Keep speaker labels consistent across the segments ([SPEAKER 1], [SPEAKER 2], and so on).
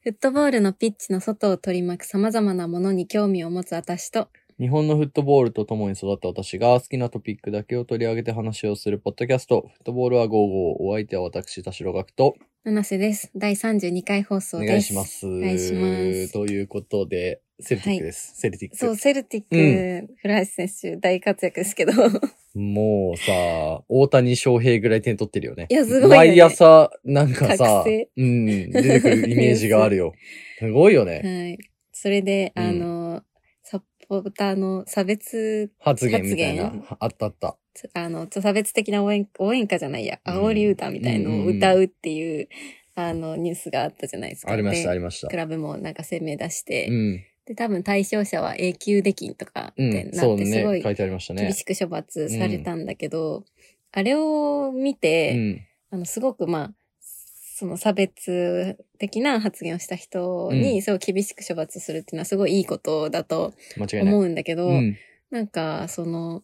[SPEAKER 1] フットボールのピッチの外を取り巻く様々なものに興味を持つ私と、
[SPEAKER 2] 日本のフットボールと共に育った私が好きなトピックだけを取り上げて話をするポッドキャスト、フットボールは55お相手は私、田代学と
[SPEAKER 1] 七瀬です。第32回放送
[SPEAKER 2] お
[SPEAKER 1] です。
[SPEAKER 2] 願いします。
[SPEAKER 1] お願いします。
[SPEAKER 2] ということで、セルティックです。セルティック。
[SPEAKER 1] そう、セルティック、古橋選手大活躍ですけど、
[SPEAKER 2] もうさ、大谷翔平ぐらい点取ってるよね。
[SPEAKER 1] いやすごいね
[SPEAKER 2] 毎朝、なんかさ
[SPEAKER 1] 覚醒、
[SPEAKER 2] うん、出てくるイメージがあるよ。すごいよね。
[SPEAKER 1] はい。それで、
[SPEAKER 2] うん
[SPEAKER 1] あの、サポーターの差別、
[SPEAKER 2] 発言みたいな
[SPEAKER 1] 発。
[SPEAKER 2] あったあった。
[SPEAKER 1] あの、ちょ差別的な応援、応援歌じゃないや、
[SPEAKER 2] うん
[SPEAKER 1] 煽り歌みたいのを歌うっていう、あの、ニュースがあったじゃないですか。
[SPEAKER 2] ありました、あ
[SPEAKER 1] で
[SPEAKER 2] りました
[SPEAKER 1] ク。ラブもなんか声明出して、
[SPEAKER 2] うん。
[SPEAKER 1] で、多分対象者は永久できんとかっ
[SPEAKER 2] う
[SPEAKER 1] て
[SPEAKER 2] ん。
[SPEAKER 1] な
[SPEAKER 2] そう
[SPEAKER 1] って、すご
[SPEAKER 2] ね。
[SPEAKER 1] い
[SPEAKER 2] 書いてありましたね。
[SPEAKER 1] 厳しく処罰されたんだけど、あれを見て、
[SPEAKER 2] うん。
[SPEAKER 1] あの、すごくまあ、その差別的な発言をした人
[SPEAKER 2] う
[SPEAKER 1] に、
[SPEAKER 2] ん
[SPEAKER 1] すごい厳しく処罰するっていうのはすごいいいことだと
[SPEAKER 2] 間違いない
[SPEAKER 1] 思。うんだけど、
[SPEAKER 2] うん。
[SPEAKER 1] なんか、その、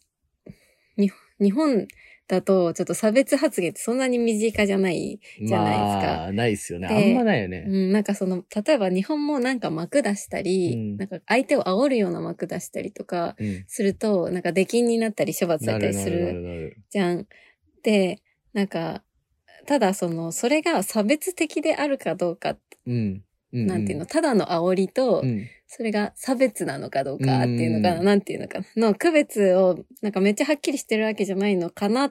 [SPEAKER 1] に日本だとちょっと差別発言ってそんなに身近じゃない。じゃないですか
[SPEAKER 2] まあ、ないですよね。
[SPEAKER 1] で
[SPEAKER 2] あんまないよ
[SPEAKER 1] う
[SPEAKER 2] ね。
[SPEAKER 1] ん、なんかその、例えば日本もなんか幕出したり、
[SPEAKER 2] うん
[SPEAKER 1] なんか相手を煽るような幕出したりとか
[SPEAKER 2] うん。
[SPEAKER 1] すると、なんか出禁になったり処罰さ
[SPEAKER 2] な
[SPEAKER 1] れた
[SPEAKER 2] る
[SPEAKER 1] り
[SPEAKER 2] な
[SPEAKER 1] す
[SPEAKER 2] るな
[SPEAKER 1] る
[SPEAKER 2] るなる。
[SPEAKER 1] じゃん。で、なんか、ただその、それが差別的であるかどうか、
[SPEAKER 2] うん。う
[SPEAKER 1] なんていうの、ただの煽りと、
[SPEAKER 2] うん。
[SPEAKER 1] それが差別なのかどうかっていうのかな、
[SPEAKER 2] うん
[SPEAKER 1] なんていうのかな、の区別を、なんかめっちゃはっきりしてるわけじゃないのかな。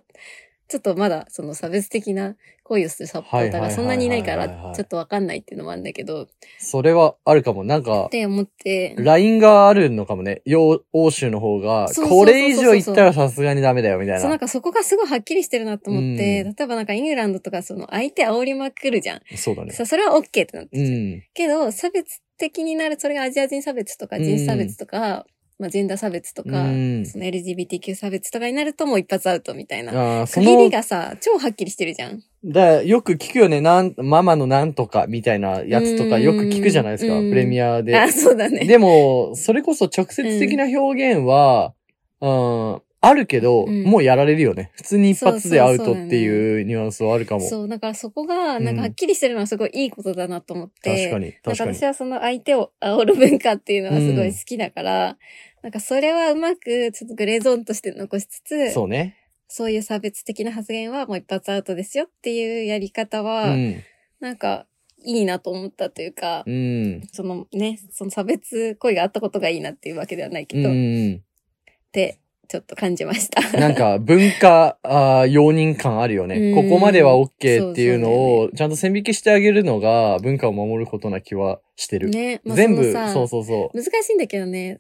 [SPEAKER 1] ちょっとまだその差別的な行為をするサポーター
[SPEAKER 2] はいはいはいはいは
[SPEAKER 1] が
[SPEAKER 2] い
[SPEAKER 1] そんなにいないから、ちょっとわかんないっていうのもあるんだけど、っ
[SPEAKER 2] それはあるかも。なんか、
[SPEAKER 1] て思って、
[SPEAKER 2] ラインがあるのかもね。洋欧州の方が
[SPEAKER 1] そう、そうそうそうそう
[SPEAKER 2] これ以上言ったらさすがにダメだよ、みたい
[SPEAKER 1] そうなん
[SPEAKER 2] な。
[SPEAKER 1] かそこがすごいはっきりしてるなと思って、
[SPEAKER 2] う
[SPEAKER 1] 例
[SPEAKER 2] ん
[SPEAKER 1] えばなんかイングランドとかその相手煽りまくるじゃん。
[SPEAKER 2] そうだね。
[SPEAKER 1] さ、それは OK ってなって
[SPEAKER 2] う
[SPEAKER 1] るじゃん
[SPEAKER 2] ん。
[SPEAKER 1] けど、差別的になる、それがアジア人差別とか、人種差別とか、まあ、ジェンダー差別とか、
[SPEAKER 2] うん
[SPEAKER 1] その LGBTQ 差別とかになるともう一発アウトみたいな。
[SPEAKER 2] ああ、そ
[SPEAKER 1] 区切り
[SPEAKER 2] の、
[SPEAKER 1] がさ、超はっきりしてるじゃん。
[SPEAKER 2] だよく聞くよね。なん、ママのなんとか、みたいなやつとか、
[SPEAKER 1] うん
[SPEAKER 2] よく聞くじゃないですか。
[SPEAKER 1] うん
[SPEAKER 2] プレミアで。
[SPEAKER 1] あ、そうだね。
[SPEAKER 2] でも、それこそ直接的な表現は、うん、あるけど、
[SPEAKER 1] うん
[SPEAKER 2] もうやられるよね。普通に一発でアウ
[SPEAKER 1] そ
[SPEAKER 2] ト
[SPEAKER 1] うそうそう
[SPEAKER 2] っていうニュアンスはあるかも。
[SPEAKER 1] そう、だからそこが、なん
[SPEAKER 2] うん
[SPEAKER 1] かはっきりしてるのはすごいいいことだなと思って。
[SPEAKER 2] 確かに、
[SPEAKER 1] なん
[SPEAKER 2] 確
[SPEAKER 1] か
[SPEAKER 2] かに
[SPEAKER 1] 私。はその相手を煽る文化っていうのはすごい好きだから、なんかそれはうまくちょっとグレーゾーンとして残しつつ、
[SPEAKER 2] そうね。
[SPEAKER 1] そういう差別的な発言はもう一発アウトですよっていうやり方
[SPEAKER 2] う
[SPEAKER 1] は、
[SPEAKER 2] ん。
[SPEAKER 1] なんかいいなと思ったというか、
[SPEAKER 2] うん。
[SPEAKER 1] そのね、その差別行為があったことがいいなっていうわけではないけ
[SPEAKER 2] う
[SPEAKER 1] ど、っ
[SPEAKER 2] ん。
[SPEAKER 1] てちょっと感じました。
[SPEAKER 2] なんか、文化、あー容認感あるよね。
[SPEAKER 1] う
[SPEAKER 2] こ
[SPEAKER 1] ん
[SPEAKER 2] こまでは OK っていうの
[SPEAKER 1] そうそうだよ
[SPEAKER 2] を、ちゃんと線引きしてあげるのが、文化を守ることな気はして る。
[SPEAKER 1] ね、まあ、
[SPEAKER 2] 全部、
[SPEAKER 1] そのさ
[SPEAKER 2] そうそうそう。
[SPEAKER 1] 難しいんだけどね、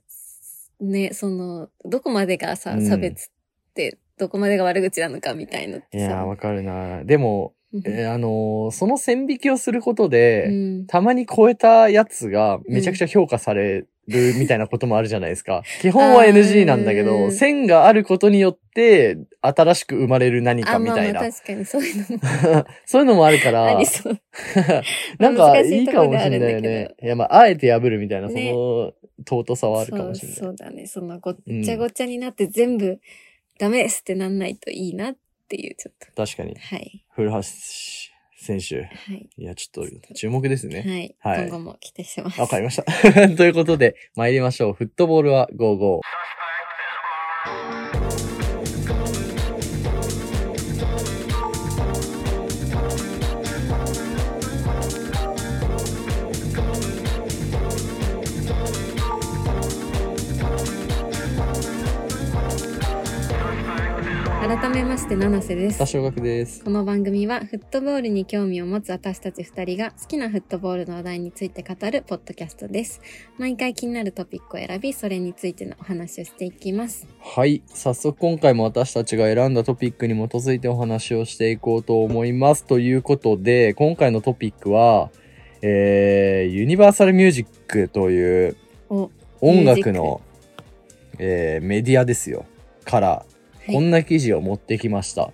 [SPEAKER 1] ね、その、どこまでがさ
[SPEAKER 2] う、ん
[SPEAKER 1] 差別って、どこまでが悪口なのかみたいのっ
[SPEAKER 2] い
[SPEAKER 1] て
[SPEAKER 2] やー、
[SPEAKER 1] さ。
[SPEAKER 2] わかるなでも、
[SPEAKER 1] うん
[SPEAKER 2] えーあのーその線引きをすることで、
[SPEAKER 1] うん
[SPEAKER 2] たまに超えたやつがめちゃくちゃ評価されるみたいなこともあるじゃないで すか。基本は NG なんだけ
[SPEAKER 1] あー
[SPEAKER 2] ど、線があることによって新しく生まれる何か
[SPEAKER 1] あ、
[SPEAKER 2] み
[SPEAKER 1] まあ
[SPEAKER 2] た
[SPEAKER 1] ま
[SPEAKER 2] い
[SPEAKER 1] あ
[SPEAKER 2] な。
[SPEAKER 1] 確かにそういうのも
[SPEAKER 2] そういうのもあるか
[SPEAKER 1] あ
[SPEAKER 2] ら
[SPEAKER 1] り、そう。
[SPEAKER 2] なんか
[SPEAKER 1] 難し
[SPEAKER 2] い
[SPEAKER 1] い
[SPEAKER 2] い
[SPEAKER 1] と
[SPEAKER 2] か
[SPEAKER 1] ころ
[SPEAKER 2] も
[SPEAKER 1] で
[SPEAKER 2] し
[SPEAKER 1] あ
[SPEAKER 2] れ
[SPEAKER 1] るんだけど
[SPEAKER 2] ないよね。いや、まあ、あえて破るみたいな、そ
[SPEAKER 1] ね
[SPEAKER 2] の尊さはあるか
[SPEAKER 1] そ
[SPEAKER 2] も
[SPEAKER 1] う、
[SPEAKER 2] しれない。
[SPEAKER 1] そうだね。そのごっちゃごっちゃになって全部ダメですってなんないといいなっていう、ちょっと。
[SPEAKER 2] 確かに。
[SPEAKER 1] はい。
[SPEAKER 2] 古橋選手。
[SPEAKER 1] はい。
[SPEAKER 2] いや、ちょっと注目ですね。
[SPEAKER 1] は
[SPEAKER 2] はい
[SPEAKER 1] い。今後も期待してます。
[SPEAKER 2] わかりました。 ということで、参りましょう。フットボールは55。
[SPEAKER 1] 改めまして七瀬です
[SPEAKER 2] 多小学です。
[SPEAKER 1] この番組はフットボールに興味を持つ私たち2人が好きなフットボールの話題について語るポッドキャストです毎回気になるトピックを選びそれについてのお話をしていきます
[SPEAKER 2] はい早速今回も私たちが選んだトピックに基づいてお話をしていこうと思いますということで今回のトピックは、えーユニバーサルミュージックという
[SPEAKER 1] お
[SPEAKER 2] 音楽の、えーメディアですよから
[SPEAKER 1] い
[SPEAKER 2] こんな記事を持ってきました、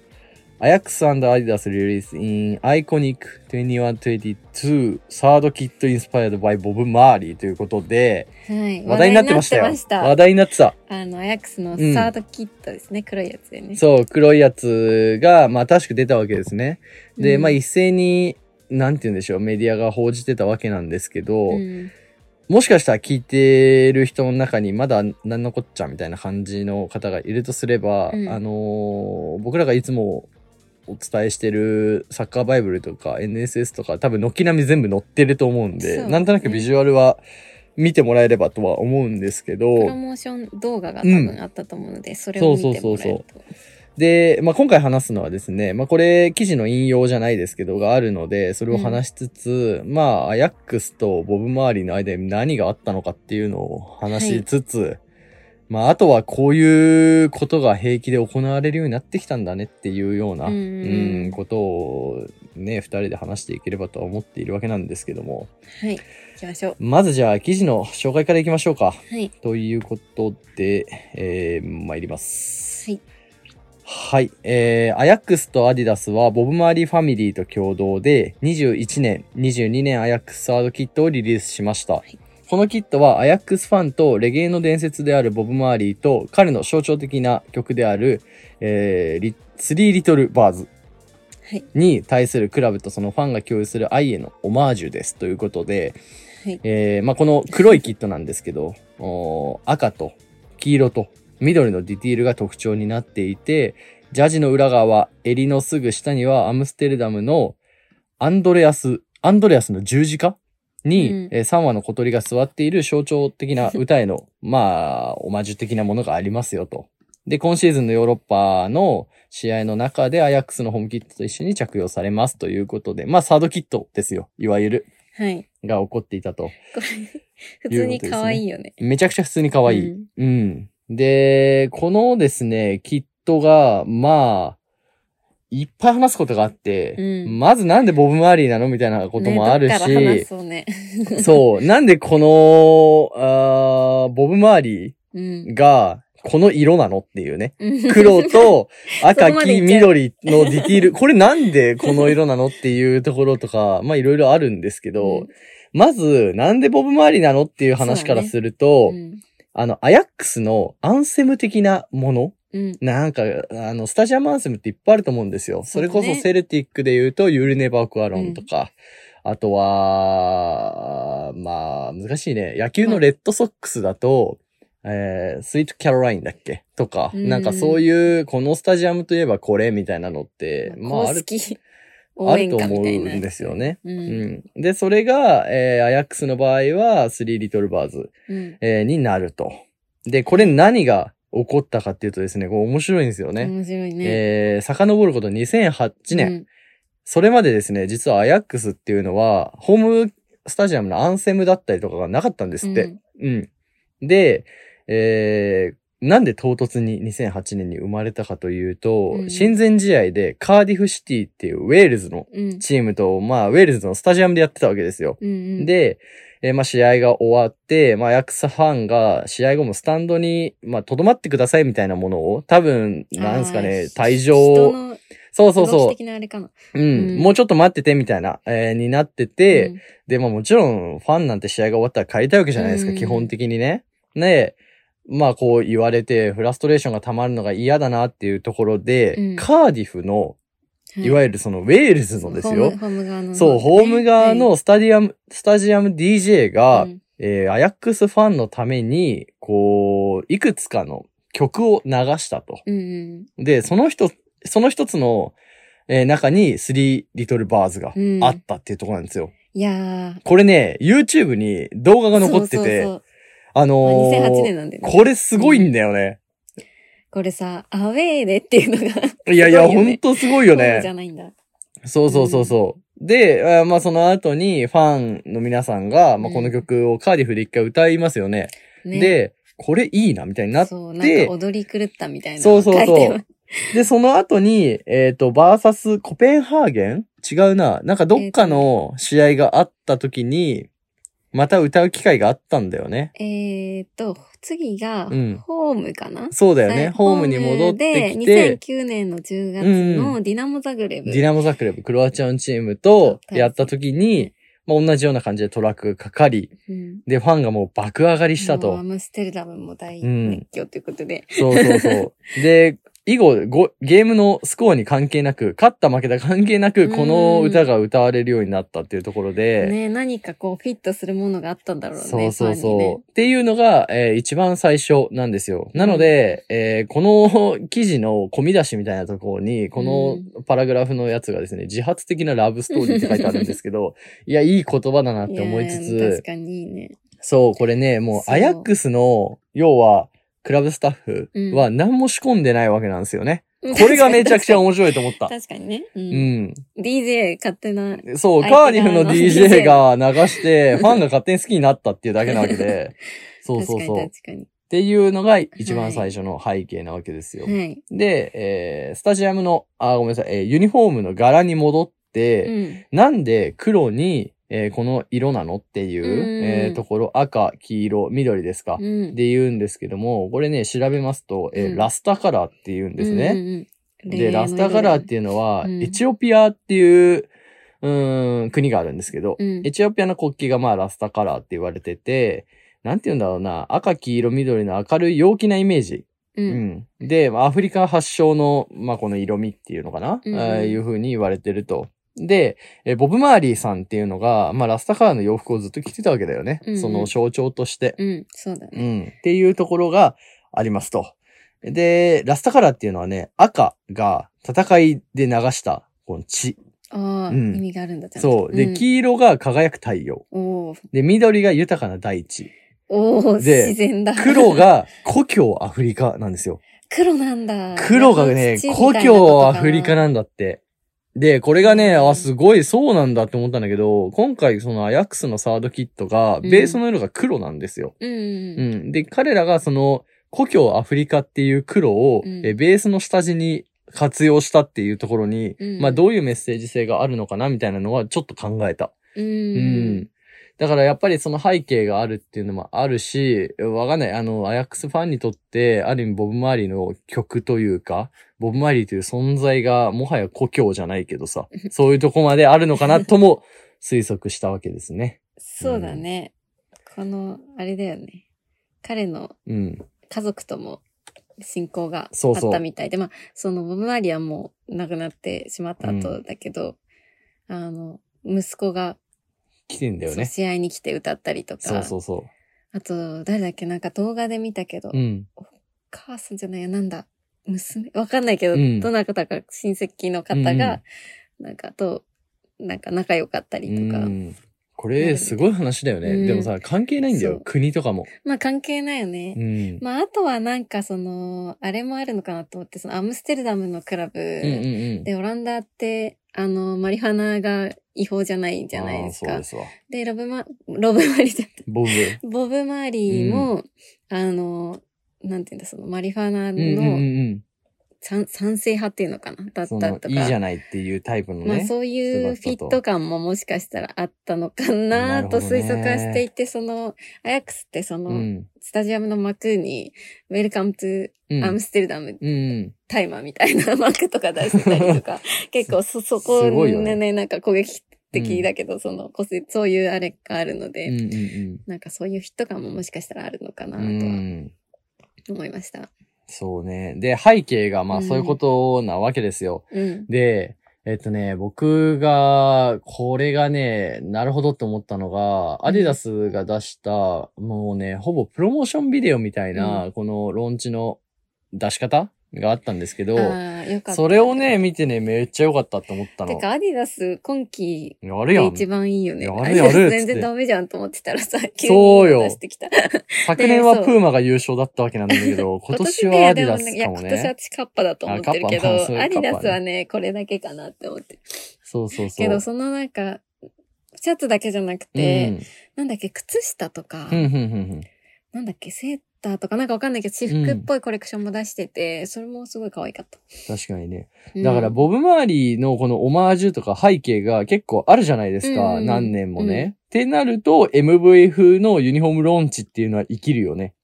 [SPEAKER 2] アヤックスアディダスリリース in Iconic 2122 Third Kit Inspired by Bob Marley ということで
[SPEAKER 1] はい
[SPEAKER 2] 話題になってましたよ
[SPEAKER 1] 話題になってま
[SPEAKER 2] 話題になってた
[SPEAKER 1] したあのアヤックスの
[SPEAKER 2] ん
[SPEAKER 1] サードキットですね、黒いやつでね
[SPEAKER 2] そう、黒いやつが、まあ、確か出たわけですね。で、
[SPEAKER 1] うん
[SPEAKER 2] まあ、一斉に、なんて言うんでしょう、メディアが報じてたわけなんですけど、
[SPEAKER 1] うん
[SPEAKER 2] もしかしたら聞いてる人の中にまだ何のこっちゃみたいな感じの方がいるとすれば、
[SPEAKER 1] うん
[SPEAKER 2] あのー僕らがいつもお伝えしてるサッカーバイブルとか NSS とか多分軒並み全部載ってると思うんで、
[SPEAKER 1] そう
[SPEAKER 2] なんとなくビジュアルは見てもらえればとは思うんですけ
[SPEAKER 1] プ
[SPEAKER 2] ど
[SPEAKER 1] ロ、モーション動画が多分あったと思うので、それを見てもらえると。
[SPEAKER 2] で、まあ、今回話すのはですね、まあ、これ記事の引用じゃないですけどがあるので、それを話しつつ、まあ、アヤックスとボブ周りの間に何があったのかっていうのを話しつつ、まあ、あとはこういうことが平気で行われるようになってきたんだねっていうような、
[SPEAKER 1] うん
[SPEAKER 2] うんことをね、二人で話していければとは思っているわけなんですけども、
[SPEAKER 1] はい、行きましょう。
[SPEAKER 2] まずじゃあ記事の紹介からいきましょうか。
[SPEAKER 1] はい。
[SPEAKER 2] ということで、えー、参ります。
[SPEAKER 1] はい。
[SPEAKER 2] はい。えー、アヤックスとアディダスはボブ・マーリーファミリーと共同で21年、22年アヤックスサードキットをリリースしました。
[SPEAKER 1] い
[SPEAKER 2] このキットはアヤックスファンとレゲエの伝説であるボブ・マーリーと彼の象徴的な曲である、えーリ、スリー・リトル・バーズ
[SPEAKER 1] はい。
[SPEAKER 2] に対するクラブとそのファンが共有する愛へのオマージュですということで、
[SPEAKER 1] はい。
[SPEAKER 2] えーまあ、この黒いキットなんですけど、おー赤と黄色と緑のディティールが特徴になっていて、ジャージの裏側は襟のすぐ下にはアムステルダムのアンドレアス、アンドレアスの十字架に、
[SPEAKER 1] うん
[SPEAKER 2] えー3羽の小鳥が座っている象徴 的な歌への、まあ、オマージュ的なものがありますよと。で、今シーズンのヨーロッパの試合の中でアヤックスのホームキットと一緒に着用されますということで、まあ、サードキットですよ。いわゆる、
[SPEAKER 1] はい。
[SPEAKER 2] が起こっていた と。
[SPEAKER 1] これ、普通に可愛いよね。
[SPEAKER 2] めちゃくちゃ普通に可愛い。
[SPEAKER 1] うん
[SPEAKER 2] うん。で、このですね、キットが、まあ、いっぱい話すことがあって、
[SPEAKER 1] うん
[SPEAKER 2] まずなんでボブ・マーリーなのみたいなこともある
[SPEAKER 1] ねどっ
[SPEAKER 2] し、
[SPEAKER 1] から話そうね。
[SPEAKER 2] そう、なんでこの、あーボブ・マーリ
[SPEAKER 1] うん
[SPEAKER 2] ー。が、この色なのってい うね。
[SPEAKER 1] うん
[SPEAKER 2] 黒と赤、
[SPEAKER 1] そこまでいっ
[SPEAKER 2] 黄、
[SPEAKER 1] ちゃう
[SPEAKER 2] 緑のディティール。これなんでこの色なのっていうところとか、まあいろいろあるんですけど、まず、なんでボブ・マーリーなのっていう話からすると、
[SPEAKER 1] うん
[SPEAKER 2] あの、アヤックスのアンセム的なもの
[SPEAKER 1] うん。
[SPEAKER 2] なんか、あの、スタジアムアンセムっていっぱいあると思うんですよ。
[SPEAKER 1] そ
[SPEAKER 2] そう
[SPEAKER 1] だ
[SPEAKER 2] れ
[SPEAKER 1] ね
[SPEAKER 2] こそセルティックで言うと、ユールネバークアロンとか、あとは、まあ、難しいね。野球のレッドソックスだと、えー、スイートキャロラインだっけとか、
[SPEAKER 1] うん
[SPEAKER 2] なんかそういう、このスタジアムといえばこれみたいなのって、まあ、あ
[SPEAKER 1] 公
[SPEAKER 2] る、
[SPEAKER 1] 式
[SPEAKER 2] あ
[SPEAKER 1] 応
[SPEAKER 2] る
[SPEAKER 1] 援
[SPEAKER 2] と
[SPEAKER 1] 歌
[SPEAKER 2] 思
[SPEAKER 1] みたいな。
[SPEAKER 2] うんですよ。ね。
[SPEAKER 1] う。
[SPEAKER 2] うんん。で、それが、えー、アヤックスの場合は、スリーリトルバーズ。
[SPEAKER 1] うん。
[SPEAKER 2] えーになると。で、これ何が起こったかっていうとですね、これ面白いんですよね。
[SPEAKER 1] 面白いね。
[SPEAKER 2] えー遡ること2008年、それまでですね、実はアヤックスっていうのは、ホームスタジアムのアンセムだったりとかがなかったんで
[SPEAKER 1] う
[SPEAKER 2] す
[SPEAKER 1] ん。
[SPEAKER 2] って。うん。で、えーなんで唐突に2008年に生まれたかというと、
[SPEAKER 1] うん
[SPEAKER 2] 親善試合でカーディフシティっていうウェールズの
[SPEAKER 1] うん。
[SPEAKER 2] チームと、まあ、ウェールズのスタジアムでやってたわけですよ。
[SPEAKER 1] うんうん、
[SPEAKER 2] で、えーまあ試合が終わって、まあアヤックスファンが試合後もスタンドに、まあ留まってくださいみたいなものを、多分、なんですかね、
[SPEAKER 1] あー
[SPEAKER 2] 退
[SPEAKER 1] 人
[SPEAKER 2] 場、
[SPEAKER 1] の
[SPEAKER 2] そうそう
[SPEAKER 1] 動
[SPEAKER 2] そ
[SPEAKER 1] き的なあれかな。
[SPEAKER 2] う、うん、
[SPEAKER 1] うん
[SPEAKER 2] もうちょっと待っててみたいな、えーになってて、
[SPEAKER 1] うん
[SPEAKER 2] で、まあもちろんファンなんて試合が終わったら帰りたいわけじゃないですか、
[SPEAKER 1] うん
[SPEAKER 2] 基本的にね。ねまあこう言われて、フラストレーションが溜まるのが嫌だなっていうところで、
[SPEAKER 1] うん
[SPEAKER 2] カーディフの、いわゆるそのウェールズのです
[SPEAKER 1] ホー
[SPEAKER 2] よ
[SPEAKER 1] ム。ホーム側の、
[SPEAKER 2] そう、ホーム側のスタディアム、スタジアム DJ が、
[SPEAKER 1] うん
[SPEAKER 2] えーアヤックスファンのために、こう、いくつかの曲を流したと。
[SPEAKER 1] うんうん
[SPEAKER 2] で、その一つ、その一つの、えー中に3リトルバーズが
[SPEAKER 1] うん
[SPEAKER 2] あったっていうところなんですよ。
[SPEAKER 1] いやー。
[SPEAKER 2] これね、YouTube に動画が残ってて、
[SPEAKER 1] そうそう
[SPEAKER 2] あの
[SPEAKER 1] そうまあ
[SPEAKER 2] ー
[SPEAKER 1] 2008年なんでね。
[SPEAKER 2] これすごいんだよね。
[SPEAKER 1] これさ、アウェーでっていうのが。
[SPEAKER 2] いやいや、
[SPEAKER 1] すごいよ
[SPEAKER 2] ほ
[SPEAKER 1] ね
[SPEAKER 2] んとすごいよ
[SPEAKER 1] ホーム
[SPEAKER 2] ね
[SPEAKER 1] じ。ゃないんだ。
[SPEAKER 2] そうそうそうそう。で、あーまあその後にファンの皆さんが、まあこの曲をカーディフで一回歌いますよね。
[SPEAKER 1] ね、
[SPEAKER 2] で、これいいなみたいになっ
[SPEAKER 1] そう、なん
[SPEAKER 2] て
[SPEAKER 1] か、踊り狂ったみたいな。
[SPEAKER 2] そうそうそう
[SPEAKER 1] 書いてます
[SPEAKER 2] で、その後に、えっ、と、バーサスコペンハーゲン違うな。なんかどっかの試合があった時に、また歌う機会があったんだよね。
[SPEAKER 1] えーっと、次が
[SPEAKER 2] うん、
[SPEAKER 1] ホームかな、
[SPEAKER 2] そうだよ
[SPEAKER 1] はい
[SPEAKER 2] ね。ホームに戻ってき
[SPEAKER 1] で
[SPEAKER 2] て、
[SPEAKER 1] 2009年の10月
[SPEAKER 2] う
[SPEAKER 1] のディナモザグレブ。
[SPEAKER 2] ディナモザクレブ、クロアチアのチームと
[SPEAKER 1] そう
[SPEAKER 2] やった時に、まあ、同じような感じでトラックがかかり、
[SPEAKER 1] うん
[SPEAKER 2] で、ファンがもう爆上がりした
[SPEAKER 1] もう
[SPEAKER 2] と
[SPEAKER 1] ア。ムステルダムも大熱狂ということで。
[SPEAKER 2] そうそうそう。で、以後、ごゲームのスコアに関係なく、勝った負けた関係な
[SPEAKER 1] う
[SPEAKER 2] く、
[SPEAKER 1] ん
[SPEAKER 2] この歌が歌われるようになったっていうところで、
[SPEAKER 1] ね何かこうフィットするものがあったんだろうね。
[SPEAKER 2] そうそう
[SPEAKER 1] ファンに
[SPEAKER 2] そう、
[SPEAKER 1] ね
[SPEAKER 2] っていうのが、えー一番最初なんですよ。なので、えーこの 記事の込み出しみたいなところに、このパラグラフのやつがですね、自発的なラブストーリーって書いてあるんです けど、いや、いい言葉だなって思いつ
[SPEAKER 1] や確
[SPEAKER 2] つ、
[SPEAKER 1] かにいいね。
[SPEAKER 2] そう、これね、もう
[SPEAKER 1] そう
[SPEAKER 2] アヤックスの、要は、クラブスタッフは何も仕込んでないわけなんです よね。これがめちゃくちゃ面白いと思った。
[SPEAKER 1] 確かにね。う。
[SPEAKER 2] うんん。
[SPEAKER 1] DJ 勝手な。
[SPEAKER 2] そ
[SPEAKER 1] 相
[SPEAKER 2] う、
[SPEAKER 1] 手側
[SPEAKER 2] カーニフの
[SPEAKER 1] の
[SPEAKER 2] DJ が流して、ファンが勝手に好きになったっていうだけなわ けで、そうそうそう。っ
[SPEAKER 1] 確かに
[SPEAKER 2] ていうのが一番最初の背景なわけですよ。
[SPEAKER 1] 確かに。はい。
[SPEAKER 2] で、えースタジアムの、あ、ごめんなさい、えーユニフォームの柄に戻って、
[SPEAKER 1] うん。
[SPEAKER 2] なんで黒に、えーこの色なのっていう、
[SPEAKER 1] うん
[SPEAKER 2] えーところ、赤、黄色、緑ですか。
[SPEAKER 1] うん。
[SPEAKER 2] で言うんですけども、これね、調べますと、えー
[SPEAKER 1] うん
[SPEAKER 2] ラスタカラーって言うんですね。
[SPEAKER 1] うんうんうん。恋
[SPEAKER 2] で、
[SPEAKER 1] 愛の
[SPEAKER 2] ラスタカラーっていうのは、
[SPEAKER 1] うん
[SPEAKER 2] エチオピアっていう、うーん、国があるんですけど、
[SPEAKER 1] うん
[SPEAKER 2] エチオピアの国旗がまあラスタカラーって言われてて、なんて言うんだろうな、赤、黄色、緑の明るい陽気なイメージ。
[SPEAKER 1] 色々。うん。
[SPEAKER 2] うんで、まあアフリカ発祥の、まあこの色味っていうのかな、
[SPEAKER 1] うんうん
[SPEAKER 2] ああいう風に言われてると。で、えボブ・マーリーさんっていうのが、まあラスタカラーの洋服をずっと着てたわけだよね。
[SPEAKER 1] うんうん
[SPEAKER 2] その象徴として。
[SPEAKER 1] うん。そうだ
[SPEAKER 2] う
[SPEAKER 1] ね。
[SPEAKER 2] ん。っていうところがありますと。で、ラスタカラーっていうのはね、赤が戦いで流した、この血。
[SPEAKER 1] ああ、
[SPEAKER 2] うん
[SPEAKER 1] 意味があるんだ、ちゃんと
[SPEAKER 2] そう。で、
[SPEAKER 1] ん
[SPEAKER 2] 黄色が輝く太陽。
[SPEAKER 1] おー
[SPEAKER 2] で、緑が豊かな大地。
[SPEAKER 1] おー
[SPEAKER 2] で
[SPEAKER 1] 自然だ。
[SPEAKER 2] 黒。が故郷アフリカなんですよ。
[SPEAKER 1] 黒なんだ。
[SPEAKER 2] 黒がね
[SPEAKER 1] 土、みた
[SPEAKER 2] 故
[SPEAKER 1] いな
[SPEAKER 2] 郷アフリカ
[SPEAKER 1] な。
[SPEAKER 2] なんだって。で、これが
[SPEAKER 1] う
[SPEAKER 2] ね、
[SPEAKER 1] ん
[SPEAKER 2] あ、すごい、そうなんだって思ったんだけど、今回そのアヤックスのサードキット
[SPEAKER 1] う
[SPEAKER 2] が、
[SPEAKER 1] ん
[SPEAKER 2] ベースの色が黒なんですよ。
[SPEAKER 1] うんうんう
[SPEAKER 2] う
[SPEAKER 1] ん。
[SPEAKER 2] ん。で、彼らがその、故郷アフリカっていう黒を、
[SPEAKER 1] うん
[SPEAKER 2] えベースの下地に活用したっていうところに、
[SPEAKER 1] うん
[SPEAKER 2] まあどういうメッセージ性があるのかなみたいなのはちょっと考えた。
[SPEAKER 1] うん
[SPEAKER 2] うん。だからやっぱりその背景があるっていうのもあるし、わかんない。あの、アヤックスファンにとって、ある意味ボブ・マーリーの曲というか、ボブ・マーリーという存在がもはや故郷じゃないけど さ、そういうとこまであるのかなとも推測したわけですね。
[SPEAKER 1] そうだね。この、あれだよね。彼の
[SPEAKER 2] うん。
[SPEAKER 1] 家族とも親交が
[SPEAKER 2] そ
[SPEAKER 1] あ
[SPEAKER 2] う
[SPEAKER 1] っ
[SPEAKER 2] そう
[SPEAKER 1] たみたいで、まあ、そのボブ・マーリーはもう亡くなってしまった後だけど、あの、息子が、
[SPEAKER 2] 来てんだよ
[SPEAKER 1] そう
[SPEAKER 2] ね。
[SPEAKER 1] 試合に来て歌ったりとか、
[SPEAKER 2] そうそうそ
[SPEAKER 1] あと、誰だっけなんか動画で見たけど、
[SPEAKER 2] う。うん。
[SPEAKER 1] 母さんじゃないや、なんだ、娘、わかんないけど、
[SPEAKER 2] うん
[SPEAKER 1] どなたか親戚の方が、なんかと、なんか仲良かったりとか、
[SPEAKER 2] うんこれすごい話だよね、
[SPEAKER 1] うん
[SPEAKER 2] でもさ関係ないんだ
[SPEAKER 1] そ
[SPEAKER 2] よ
[SPEAKER 1] う
[SPEAKER 2] 国とかも、
[SPEAKER 1] まあ関係ないよね。
[SPEAKER 2] うん
[SPEAKER 1] まあ、あとはなんかその、あれもあるのかなと思って、そのアムステルダムのクラブ
[SPEAKER 2] うんうんうん
[SPEAKER 1] で、オランダって、あの、マリファナが違法じゃないじゃないです
[SPEAKER 2] あーそう
[SPEAKER 1] か
[SPEAKER 2] で。すわ
[SPEAKER 1] で、ロブマ、ロブマリじゃ ない
[SPEAKER 2] ボブ
[SPEAKER 1] ボブマリーも、あの、なんていうんだ、そのマリファナ
[SPEAKER 2] うんうんうん
[SPEAKER 1] の
[SPEAKER 2] うん
[SPEAKER 1] 賛賛成派っていうのかなだった
[SPEAKER 2] そ
[SPEAKER 1] と
[SPEAKER 2] の
[SPEAKER 1] か。
[SPEAKER 2] いいじゃないっていうタイプのね、
[SPEAKER 1] まあそういうフィット感ももしかしたらあったのか
[SPEAKER 2] な
[SPEAKER 1] な
[SPEAKER 2] る
[SPEAKER 1] と
[SPEAKER 2] ほどね
[SPEAKER 1] 推測はしていて、その、アヤックスってその、
[SPEAKER 2] うん
[SPEAKER 1] スタジアムの幕に、ウェルカムトゥ
[SPEAKER 2] うん
[SPEAKER 1] アムステルダム
[SPEAKER 2] うんうん
[SPEAKER 1] タイマーみたいな 幕とか出してたりと か、結構そ、そこ
[SPEAKER 2] すごいよ
[SPEAKER 1] ね
[SPEAKER 2] ね
[SPEAKER 1] ね、なんか攻撃的だけど、その、個性そういうあれがあるので、
[SPEAKER 2] うんうん
[SPEAKER 1] なんかそういうフィット感ももしかしたらあるのかな
[SPEAKER 2] う
[SPEAKER 1] と
[SPEAKER 2] んう
[SPEAKER 1] は
[SPEAKER 2] ん
[SPEAKER 1] 思いました。
[SPEAKER 2] そうねで背景がま
[SPEAKER 1] う
[SPEAKER 2] あ
[SPEAKER 1] ん
[SPEAKER 2] そういうことなわけですよ、
[SPEAKER 1] うん。
[SPEAKER 2] でえっとね、僕が、これがね、なるほどって思ったのが、アディダスが出した、もうね、ほぼプロモーションビデオみたいな、このローンチの出し方があったんですけど、
[SPEAKER 1] ああ、よかった。
[SPEAKER 2] それをね、、見てね、めっちゃ良かったって思った
[SPEAKER 1] て
[SPEAKER 2] の。
[SPEAKER 1] か、アディダス今季
[SPEAKER 2] やるや
[SPEAKER 1] で
[SPEAKER 2] ん。
[SPEAKER 1] 一番いいよね。
[SPEAKER 2] やるやるっつって
[SPEAKER 1] 全然ダメじゃんと思ってたらさ、急に
[SPEAKER 2] そうよ
[SPEAKER 1] 出してきた。
[SPEAKER 2] 昨年はプーマが優勝だったわけなんだけ ど、今年はアディダス
[SPEAKER 1] いや、
[SPEAKER 2] か
[SPEAKER 1] 今
[SPEAKER 2] も
[SPEAKER 1] 年は
[SPEAKER 2] ね。
[SPEAKER 1] 私カッパだと思ってるけど、
[SPEAKER 2] あカッパまあそう
[SPEAKER 1] アディ
[SPEAKER 2] カ
[SPEAKER 1] ダ
[SPEAKER 2] ッ
[SPEAKER 1] ス
[SPEAKER 2] パね
[SPEAKER 1] はね、これだけかなって思ってる
[SPEAKER 2] そうそうそう。
[SPEAKER 1] けど、そのなんか、シャツだけじゃなく
[SPEAKER 2] うん、
[SPEAKER 1] て、なんだっけ、靴下とか、
[SPEAKER 2] うん、うん、うん
[SPEAKER 1] なんだっけ、セーターとか、なんかわかんないけど、私服っぽいコレクションも出してて、それもすごい可愛かった。
[SPEAKER 2] うん。確かにね。
[SPEAKER 1] うん
[SPEAKER 2] だから、ボブ・マーリーのこのオマージュとか背景が結構あるじゃないですか。
[SPEAKER 1] うん
[SPEAKER 2] 何年もね、
[SPEAKER 1] うん
[SPEAKER 2] ってなると、MV 風のユニフォームローンチっていうのは生きるよね。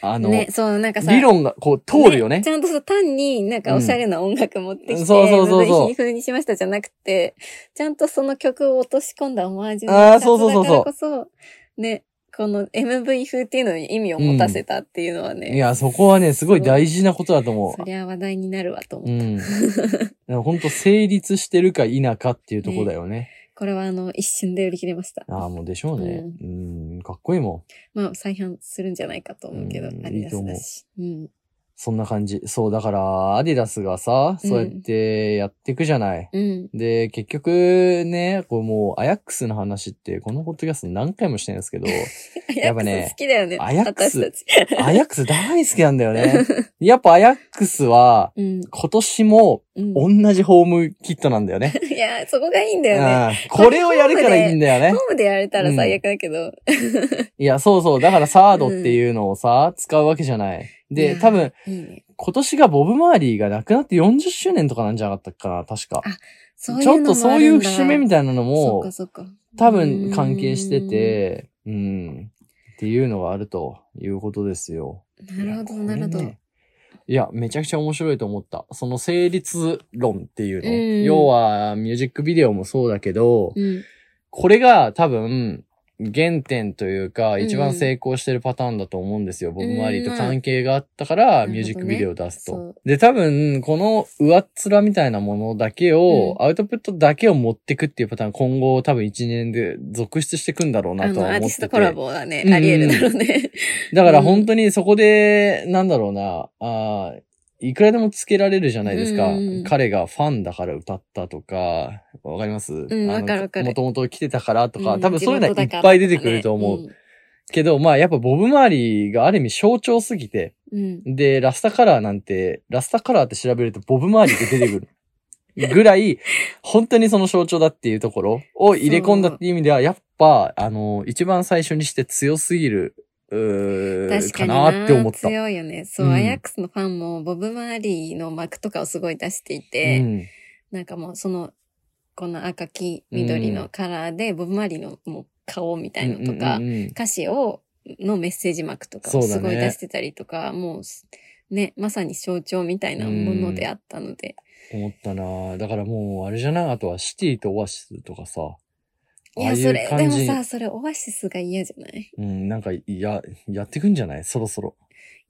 [SPEAKER 2] あの、
[SPEAKER 1] ね、そう、なんかさ、
[SPEAKER 2] 理論がこう通るよね。
[SPEAKER 1] ちゃんとそう、単になんかおしゃれな音楽持ってきて、
[SPEAKER 2] うんそうそうそうそう
[SPEAKER 1] まあ風にしましたじゃなくて、ちゃんとその曲を落とし込んだオマージュの
[SPEAKER 2] あー
[SPEAKER 1] 一つだから
[SPEAKER 2] そうそうそうそう
[SPEAKER 1] こそ、ね、この MV 風っていうのに意味を持たせたっていうのはね、
[SPEAKER 2] いや、そこはね、すごい大事なことだと思
[SPEAKER 1] そりゃ話題になるわと思
[SPEAKER 2] う。う
[SPEAKER 1] う。
[SPEAKER 2] ん。だから本当成立してるか否かっていうとこだよね。
[SPEAKER 1] これはあの、一瞬で売り切れました。
[SPEAKER 2] ああ、もうでしょうね。うん、かっこいいもん。
[SPEAKER 1] まあ、再販するんじゃないかと思うけど、
[SPEAKER 2] うん
[SPEAKER 1] ありがだし。うん。
[SPEAKER 2] そんな感じ。そう、だから、アディダスがさ、そうやってやっていくじゃない。
[SPEAKER 1] うん。
[SPEAKER 2] で、結局ね、こうもう、アヤックスの話って、このポッドキャスト何回もしてるんです けど、
[SPEAKER 1] や
[SPEAKER 2] っぱね
[SPEAKER 1] 好きだよね。
[SPEAKER 2] アヤックス
[SPEAKER 1] 私たち。
[SPEAKER 2] アヤックス大好きなんだよね。やっぱアヤックスは、
[SPEAKER 1] うん。
[SPEAKER 2] 今年も
[SPEAKER 1] うん。
[SPEAKER 2] 同じホームキットなんだよね。
[SPEAKER 1] いや、そこがいいんだよね。
[SPEAKER 2] うんこれをやるからいいんだよね
[SPEAKER 1] ホ。ームでやれたら最悪だけど。
[SPEAKER 2] いや、そうそう。だからサードっていうのをさ、使うわけじゃない。
[SPEAKER 1] いや
[SPEAKER 2] で、
[SPEAKER 1] ー
[SPEAKER 2] 多分、、
[SPEAKER 1] いいね。
[SPEAKER 2] 今年がボブ・マーリーが亡くなって40周年とかなんじゃなかったかな、確か。
[SPEAKER 1] そういう
[SPEAKER 2] ちょっ
[SPEAKER 1] のもあるんだ
[SPEAKER 2] とそういう節目みたいな
[SPEAKER 1] そ
[SPEAKER 2] の
[SPEAKER 1] っ
[SPEAKER 2] も
[SPEAKER 1] か、そっか。
[SPEAKER 2] 多分関係してて、うん、っていうのがあるということですよ。
[SPEAKER 1] うーん。なるほど、
[SPEAKER 2] い
[SPEAKER 1] な
[SPEAKER 2] や
[SPEAKER 1] るほ。
[SPEAKER 2] これ
[SPEAKER 1] ど
[SPEAKER 2] ね。いや、めちゃくちゃ面白いと思った。その成立論っていう
[SPEAKER 1] うん
[SPEAKER 2] ね。要は、ミュージックビデオもそうだけど、
[SPEAKER 1] うん。
[SPEAKER 2] これが多分、原点というか、
[SPEAKER 1] ん
[SPEAKER 2] 一番成功してるパターンだと思うんですよ。ボブ・マーリーと
[SPEAKER 1] うん
[SPEAKER 2] 関係があったから、
[SPEAKER 1] うん
[SPEAKER 2] ミュージックビデオを出す
[SPEAKER 1] なるほど
[SPEAKER 2] と
[SPEAKER 1] ね。
[SPEAKER 2] で、多分、この上っ面みたいなものだけを、アウトプットだけを持ってくっていうパターン、今後多分1年で続出してくんだろう
[SPEAKER 1] あ
[SPEAKER 2] なと
[SPEAKER 1] の、
[SPEAKER 2] は
[SPEAKER 1] アー
[SPEAKER 2] 思
[SPEAKER 1] ティ
[SPEAKER 2] っ
[SPEAKER 1] ス
[SPEAKER 2] て
[SPEAKER 1] トコラ
[SPEAKER 2] て。
[SPEAKER 1] ボはね、
[SPEAKER 2] うん
[SPEAKER 1] あり得るだろうね。
[SPEAKER 2] だから本当にそこで、なんだろうな、あーいくらでもつけられるじゃないですか
[SPEAKER 1] うん。
[SPEAKER 2] 彼がファンだから歌ったとか、わかります
[SPEAKER 1] んわかるわかる
[SPEAKER 2] もともと来てたからとか、
[SPEAKER 1] ん
[SPEAKER 2] 多分そういうの
[SPEAKER 1] 地
[SPEAKER 2] は
[SPEAKER 1] 元だ
[SPEAKER 2] いっ
[SPEAKER 1] から
[SPEAKER 2] ぱい出てくると思う。
[SPEAKER 1] ね
[SPEAKER 2] けど、まあやっぱボブ周りがある意味象徴すぎて、
[SPEAKER 1] うんうん。
[SPEAKER 2] で、ラスタカラーなんて、ラスタカラーって調べるとボブ周りって出てくる。ぐらい、本当にその象徴だっていうところを入れ込んだっていう意味では、やっぱ、あの、一番最初にして強すぎる、うー
[SPEAKER 1] 確か
[SPEAKER 2] か
[SPEAKER 1] に
[SPEAKER 2] な
[SPEAKER 1] な
[SPEAKER 2] ーって思った。
[SPEAKER 1] 強いよね。そう、
[SPEAKER 2] うん
[SPEAKER 1] アヤックスのファンもボブ・マーリーの幕とかをすごい出していうて、
[SPEAKER 2] ん、
[SPEAKER 1] なんかもうその、この赤黄緑のカラーで、ボブ・マーリーのもう顔みたいのとか、
[SPEAKER 2] うんうんうんうん
[SPEAKER 1] 歌詞を、のメッセージ幕とかを
[SPEAKER 2] そうだね
[SPEAKER 1] すごい出してたりとか、もうす、ね、まさに象徴みたいなものであったので。
[SPEAKER 2] 思ったなーだからもう、あれじゃないあとはシティとオアシスとかさ。
[SPEAKER 1] いや、
[SPEAKER 2] ああう
[SPEAKER 1] それ、で
[SPEAKER 2] 感
[SPEAKER 1] も
[SPEAKER 2] じ
[SPEAKER 1] さ、それオアシスが嫌じゃない
[SPEAKER 2] うん、なんか、や、やってくんじゃないそろそろ。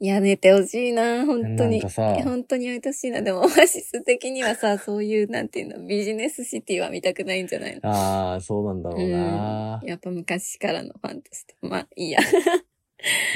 [SPEAKER 1] いや、寝てほしいな、本当
[SPEAKER 2] なん
[SPEAKER 1] に
[SPEAKER 2] か。さ、
[SPEAKER 1] 本当にやめてほしいな。でも、オアシス的にはさ、そういう、なんていうの、ビジネスシティは見たくないんじゃないの
[SPEAKER 2] ああ、そうなんだろうな、
[SPEAKER 1] やっぱ昔からのファンとして。まあ、いいや。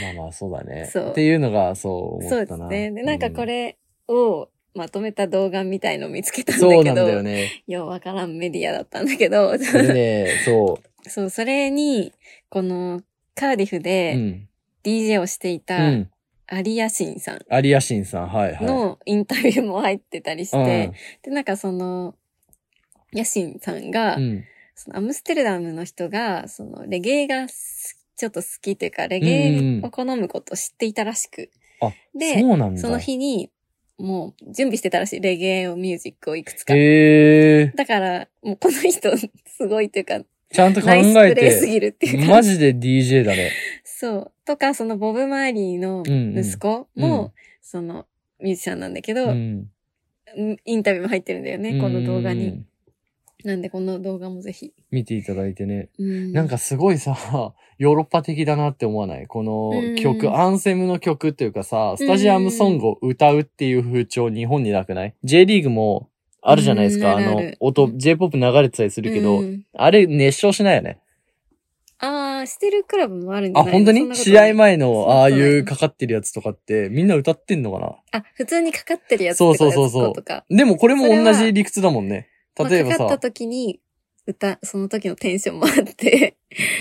[SPEAKER 2] まあまあ、そうだね。
[SPEAKER 1] そう
[SPEAKER 2] っていうのが、そう
[SPEAKER 1] そ
[SPEAKER 2] 思
[SPEAKER 1] う
[SPEAKER 2] っ
[SPEAKER 1] で
[SPEAKER 2] た
[SPEAKER 1] す
[SPEAKER 2] な。
[SPEAKER 1] ね。で、なんかこ
[SPEAKER 2] うん、
[SPEAKER 1] れをまとめた動画みたいのを見つけたんだ
[SPEAKER 2] そう
[SPEAKER 1] け
[SPEAKER 2] なん
[SPEAKER 1] ど、
[SPEAKER 2] だよ
[SPEAKER 1] よ
[SPEAKER 2] ね。
[SPEAKER 1] うわからんメディアだったんだけど、
[SPEAKER 2] それ ね、そ
[SPEAKER 1] そう、それに、この、カーディフ
[SPEAKER 2] う。う
[SPEAKER 1] で
[SPEAKER 2] ん。
[SPEAKER 1] DJ をしていうた
[SPEAKER 2] ん。
[SPEAKER 1] アリアシンさん
[SPEAKER 2] アリアシンさん、はいはい。
[SPEAKER 1] のインタビューも入ってたりして、
[SPEAKER 2] うん
[SPEAKER 1] で、なんかその、ヤシンさんが、
[SPEAKER 2] うん。
[SPEAKER 1] そのアムステルダムの人が、そのレゲエがすちょっと好きというか、レゲ
[SPEAKER 2] うん
[SPEAKER 1] エ
[SPEAKER 2] うん
[SPEAKER 1] を好むことを知っていたらしく。
[SPEAKER 2] あ
[SPEAKER 1] で
[SPEAKER 2] そうなんだ。
[SPEAKER 1] その日に、もう準備してたらしい、レゲエをミュージックをいくつか。
[SPEAKER 2] へえ
[SPEAKER 1] だから、もうこの人、すごいというか、
[SPEAKER 2] ー。ちゃんと考
[SPEAKER 1] ナイスプ
[SPEAKER 2] え
[SPEAKER 1] レイす
[SPEAKER 2] て。
[SPEAKER 1] ぎるっていうか、
[SPEAKER 2] マジで DJ だね。
[SPEAKER 1] そう。とか、そのボブ・マーリーの息子も、
[SPEAKER 2] うんうん
[SPEAKER 1] その、ミュージシャンなんだけど、
[SPEAKER 2] うん。
[SPEAKER 1] インタビューも入ってるんだよね、この動画
[SPEAKER 2] う
[SPEAKER 1] に。
[SPEAKER 2] ん。
[SPEAKER 1] なんで、この動画もぜひ。
[SPEAKER 2] 見ていただいてね。
[SPEAKER 1] うん
[SPEAKER 2] なん、かすごいさ、 ヨーロッパ的だなって思わないこの曲、
[SPEAKER 1] うん
[SPEAKER 2] アンセムの曲っていうかさ、スタジアムソングを歌うっていう風潮日本になくない ?J リーグもあるじゃないですか、
[SPEAKER 1] うん
[SPEAKER 2] あ
[SPEAKER 1] あるあ
[SPEAKER 2] の
[SPEAKER 1] る、
[SPEAKER 2] 音、J-POP 流れてたりするけど、
[SPEAKER 1] うん
[SPEAKER 2] あれ熱唱しないよね。
[SPEAKER 1] ああ、してるクラブもあるんじゃ
[SPEAKER 2] あ、
[SPEAKER 1] ない
[SPEAKER 2] 本当
[SPEAKER 1] そん
[SPEAKER 2] に
[SPEAKER 1] なこと
[SPEAKER 2] 試
[SPEAKER 1] ない
[SPEAKER 2] 合前のああいう
[SPEAKER 1] そう
[SPEAKER 2] かかってるやつとかってみんな歌ってんのかな
[SPEAKER 1] あ、普通にかかってるやつ
[SPEAKER 2] そうそうそうそう
[SPEAKER 1] とか。
[SPEAKER 2] でもこれも
[SPEAKER 1] それは
[SPEAKER 2] 同じ理屈だもんね。例えば
[SPEAKER 1] まあかか
[SPEAKER 2] さ
[SPEAKER 1] った、時に、歌、その時のテンションもあって、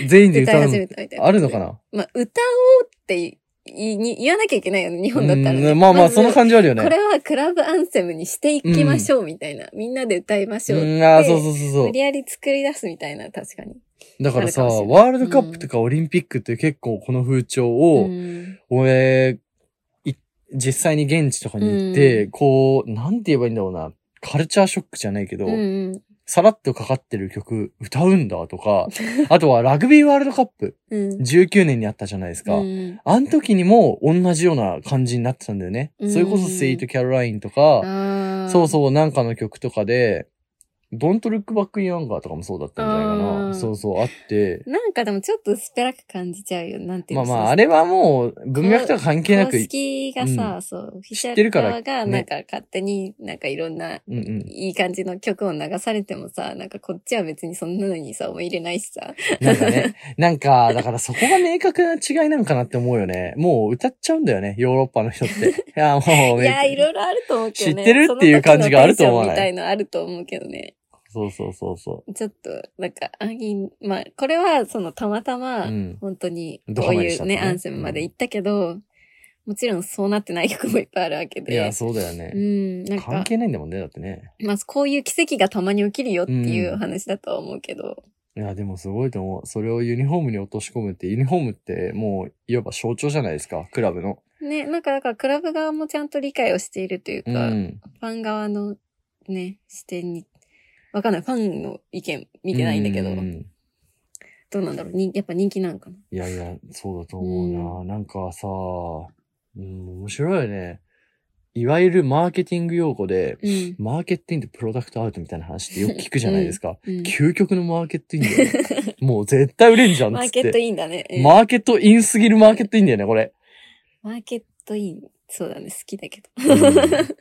[SPEAKER 2] 全員で
[SPEAKER 1] 歌
[SPEAKER 2] 歌
[SPEAKER 1] いう始
[SPEAKER 2] の
[SPEAKER 1] めたみたいな。
[SPEAKER 2] あるのかな
[SPEAKER 1] まあ、歌おうって言いに言わなきゃいけないよね、日本だったら、ね
[SPEAKER 2] うんまあまあ、その
[SPEAKER 1] じ
[SPEAKER 2] 感じあるよね。
[SPEAKER 1] これはクラブアンセムにしていきましょうみたいな。みんなで歌いましょうって。
[SPEAKER 2] うん、あーそうそうそうそう
[SPEAKER 1] 無理。やり作り出すみたいな、確かに。
[SPEAKER 2] だからさ、
[SPEAKER 1] あるかもしれない
[SPEAKER 2] ワールドカップとかオリンピックって結構この風潮を、
[SPEAKER 1] うん
[SPEAKER 2] 俺、い実際に現地とかに行って、
[SPEAKER 1] うん
[SPEAKER 2] こう、なんて言えばいいんだろうな、カルチャーショックじゃないけど、
[SPEAKER 1] うんうん
[SPEAKER 2] さらっとかかってる曲歌うんだ とか、あとはラグビーワールドカップ、
[SPEAKER 1] うん。
[SPEAKER 2] 19年にあったじゃないですか。
[SPEAKER 1] うん
[SPEAKER 2] あの時にも同じような感じになってたんだよね。
[SPEAKER 1] うん
[SPEAKER 2] それこそセイト・キャロラインとか、
[SPEAKER 1] あー
[SPEAKER 2] そうそうなんかの曲とかで、ドントルックバックインアンガーとかもそうだったんじゃないか
[SPEAKER 1] あー
[SPEAKER 2] な。そうそう、あって。
[SPEAKER 1] なんかでもちょっと薄っぺらく感じちゃうよ。なんていう
[SPEAKER 2] まあ
[SPEAKER 1] の
[SPEAKER 2] まあ、あれはもう文脈とか関係なく
[SPEAKER 1] 公、式がさ、そう、オフィシ
[SPEAKER 2] 知って
[SPEAKER 1] ャル
[SPEAKER 2] るから
[SPEAKER 1] 側が、
[SPEAKER 2] ね
[SPEAKER 1] なんか勝手になんかいろんな、
[SPEAKER 2] うんうん。
[SPEAKER 1] いい感じの曲を流されてもさ、なんかこっちは別にそんなのにさ、思い入れないしさ。
[SPEAKER 2] なんかね、 なんか、だからそこが明確な違いなのかなって思うよね。もう歌っちゃうんだよね、ヨーロッパの 人って。いや、もう、
[SPEAKER 1] いや、いろいろあると思うけどね。
[SPEAKER 2] 知ってるっていう感じがあると思わない
[SPEAKER 1] その時のテンションみたいのあると思うけどね。
[SPEAKER 2] そうそうそうそ
[SPEAKER 1] ちょっと、なんか、あいいまあ、これは、その、たまたま、
[SPEAKER 2] う。うん。
[SPEAKER 1] 本当に、
[SPEAKER 2] ド
[SPEAKER 1] こ
[SPEAKER 2] ハ
[SPEAKER 1] う
[SPEAKER 2] マり
[SPEAKER 1] い
[SPEAKER 2] しちゃ
[SPEAKER 1] う
[SPEAKER 2] ったね
[SPEAKER 1] ね、アンセムまで行ったけど、もちろんそうなってない曲もいっぱいあるわけ
[SPEAKER 2] い
[SPEAKER 1] で。
[SPEAKER 2] や、そうだよ
[SPEAKER 1] う
[SPEAKER 2] ね。
[SPEAKER 1] ん、なんか
[SPEAKER 2] 関、係ないんだもんね、だってね。
[SPEAKER 1] まあ、こういう奇跡がたまに起きるよっていううん話だとは思うけど、
[SPEAKER 2] いや、でもすごいと思う。それをユニフォームに落とし込むって、ユニフォームってもう、いわば象徴じゃないですか、クラブの。
[SPEAKER 1] ね、なんか、だから、クラブ側もちゃんと理解をしているという
[SPEAKER 2] う
[SPEAKER 1] か、
[SPEAKER 2] ん。
[SPEAKER 1] ファン側のね、視点に、わかんない、ファンの意見見てないんだけど、
[SPEAKER 2] ううん
[SPEAKER 1] どうなんだろう、にやっぱ人気なんかな。
[SPEAKER 2] いやいや、そうだと思うな。なんかさ、うん、面白いよね。いわゆるマーケティング用語で、
[SPEAKER 1] うん。
[SPEAKER 2] マーケティングとプロダクトアウトみたいな話ってよく聞くじゃないですか。
[SPEAKER 1] うん
[SPEAKER 2] 究極のマーケティングだよ ね。もう絶対売れんじゃん
[SPEAKER 1] マ
[SPEAKER 2] っつ
[SPEAKER 1] ー
[SPEAKER 2] っ
[SPEAKER 1] ケット
[SPEAKER 2] て。
[SPEAKER 1] インだね。うん
[SPEAKER 2] マーケットインすぎるマーケットインだよね、これ。
[SPEAKER 1] マーケットイン、そうだね、好きだけど。
[SPEAKER 2] うん